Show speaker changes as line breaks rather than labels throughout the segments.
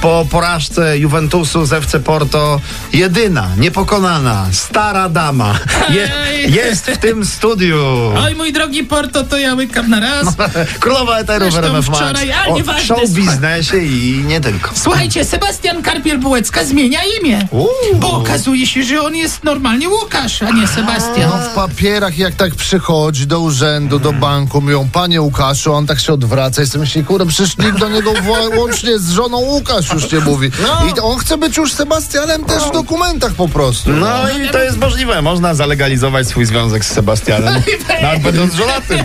po porażce Juventusu z FC Porto jedyna, niepokonana, stara dama je,
Ej.
jest w tym studiu.
Oj, mój drogi Porto, to ja łykam na
No.
raz.
Królowa Eteru w
Zresztą
RMF Max.
wczoraj, ale
O
nieważne,
show
słuchaj.
biznesie i nie tylko.
Słuchajcie, Sebastian Karpiel-Bułecka zmienia imię.
Uuu.
Bo okazuje się, że on jest normalnie Łukasz, a nie Sebastian.
No w papierach jak tak przychodzi do urzędu, do banku, mówią panie Łukaszu, a on tak się odwraca i sobie myśli, kurde, przecież nikt do niego wła- łącznie z żoną Łukasz już nie mówi. I to on chce być już Sebastianem też w dokumentach po prostu.
No i to jest możliwe. Można zalegalizować swój związek z Sebastianem. Nawet będąc żonatym.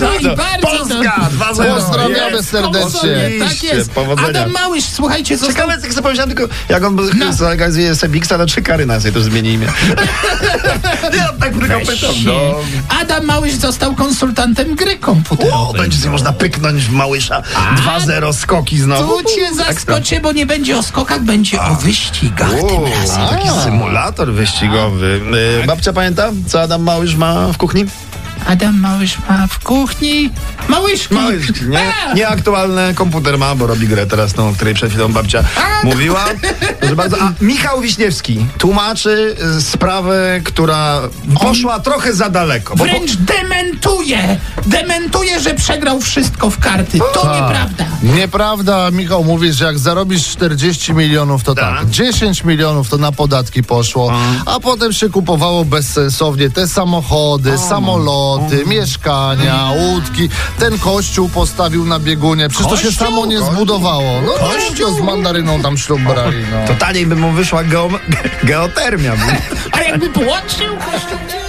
No i bardzo
Polska! Dwa zero.
Pozdrawiamy
Jest.
serdecznie.
dobrze. Tak
Oczywiście,
jest.
powodzenia.
Adam Małysz, słuchajcie, został...
Ciekawe, jak sobie pomyślałem, tylko jak on
No. Tak,
zorganizuje sobie Bixa, to czy Karyna sobie też zmieni imię. ja tak tylko pytam. No.
Adam Małysz został konsultantem gry komputerowej.
O, będzie sobie można pyknąć w Małysza. 2-0 skoki znowu. Tak,
Tu cię zaskoczę, bo nie będzie o skokach, będzie o wyścigach tym
Uuu,
razem.
taki symulator wyścigowy. Y, Babcia pamięta, co Adam Małysz ma w kuchni?
Adam Małysz ma w kuchni małyszki.
Małysz, nie,
A!
nieaktualny komputer ma, bo robi grę teraz, no, o której przed chwilą babcia
A!
mówiła. Proszę bardzo, a Michał Wiśniewski tłumaczy y, sprawę, która poszła trochę za daleko. Bo,
Wręcz dementuje, dementuje, że przegrał wszystko w karty. To nieprawda.
Nieprawda, Michał, mówisz, że jak zarobisz 40 milionów, to tak.
Tak.
10 milionów to na podatki poszło, a potem się kupowało bezsensownie te samochody, samoloty, mieszkania, łódki. Ten kościół postawił na biegunie. Przecież to się
Kościół?
samo nie
Kościół?
zbudowało. No kościół z mandaryną tam ślub brali, no.
to taniej by mu wyszła geo, geotermia.
A jakby połączył kościół...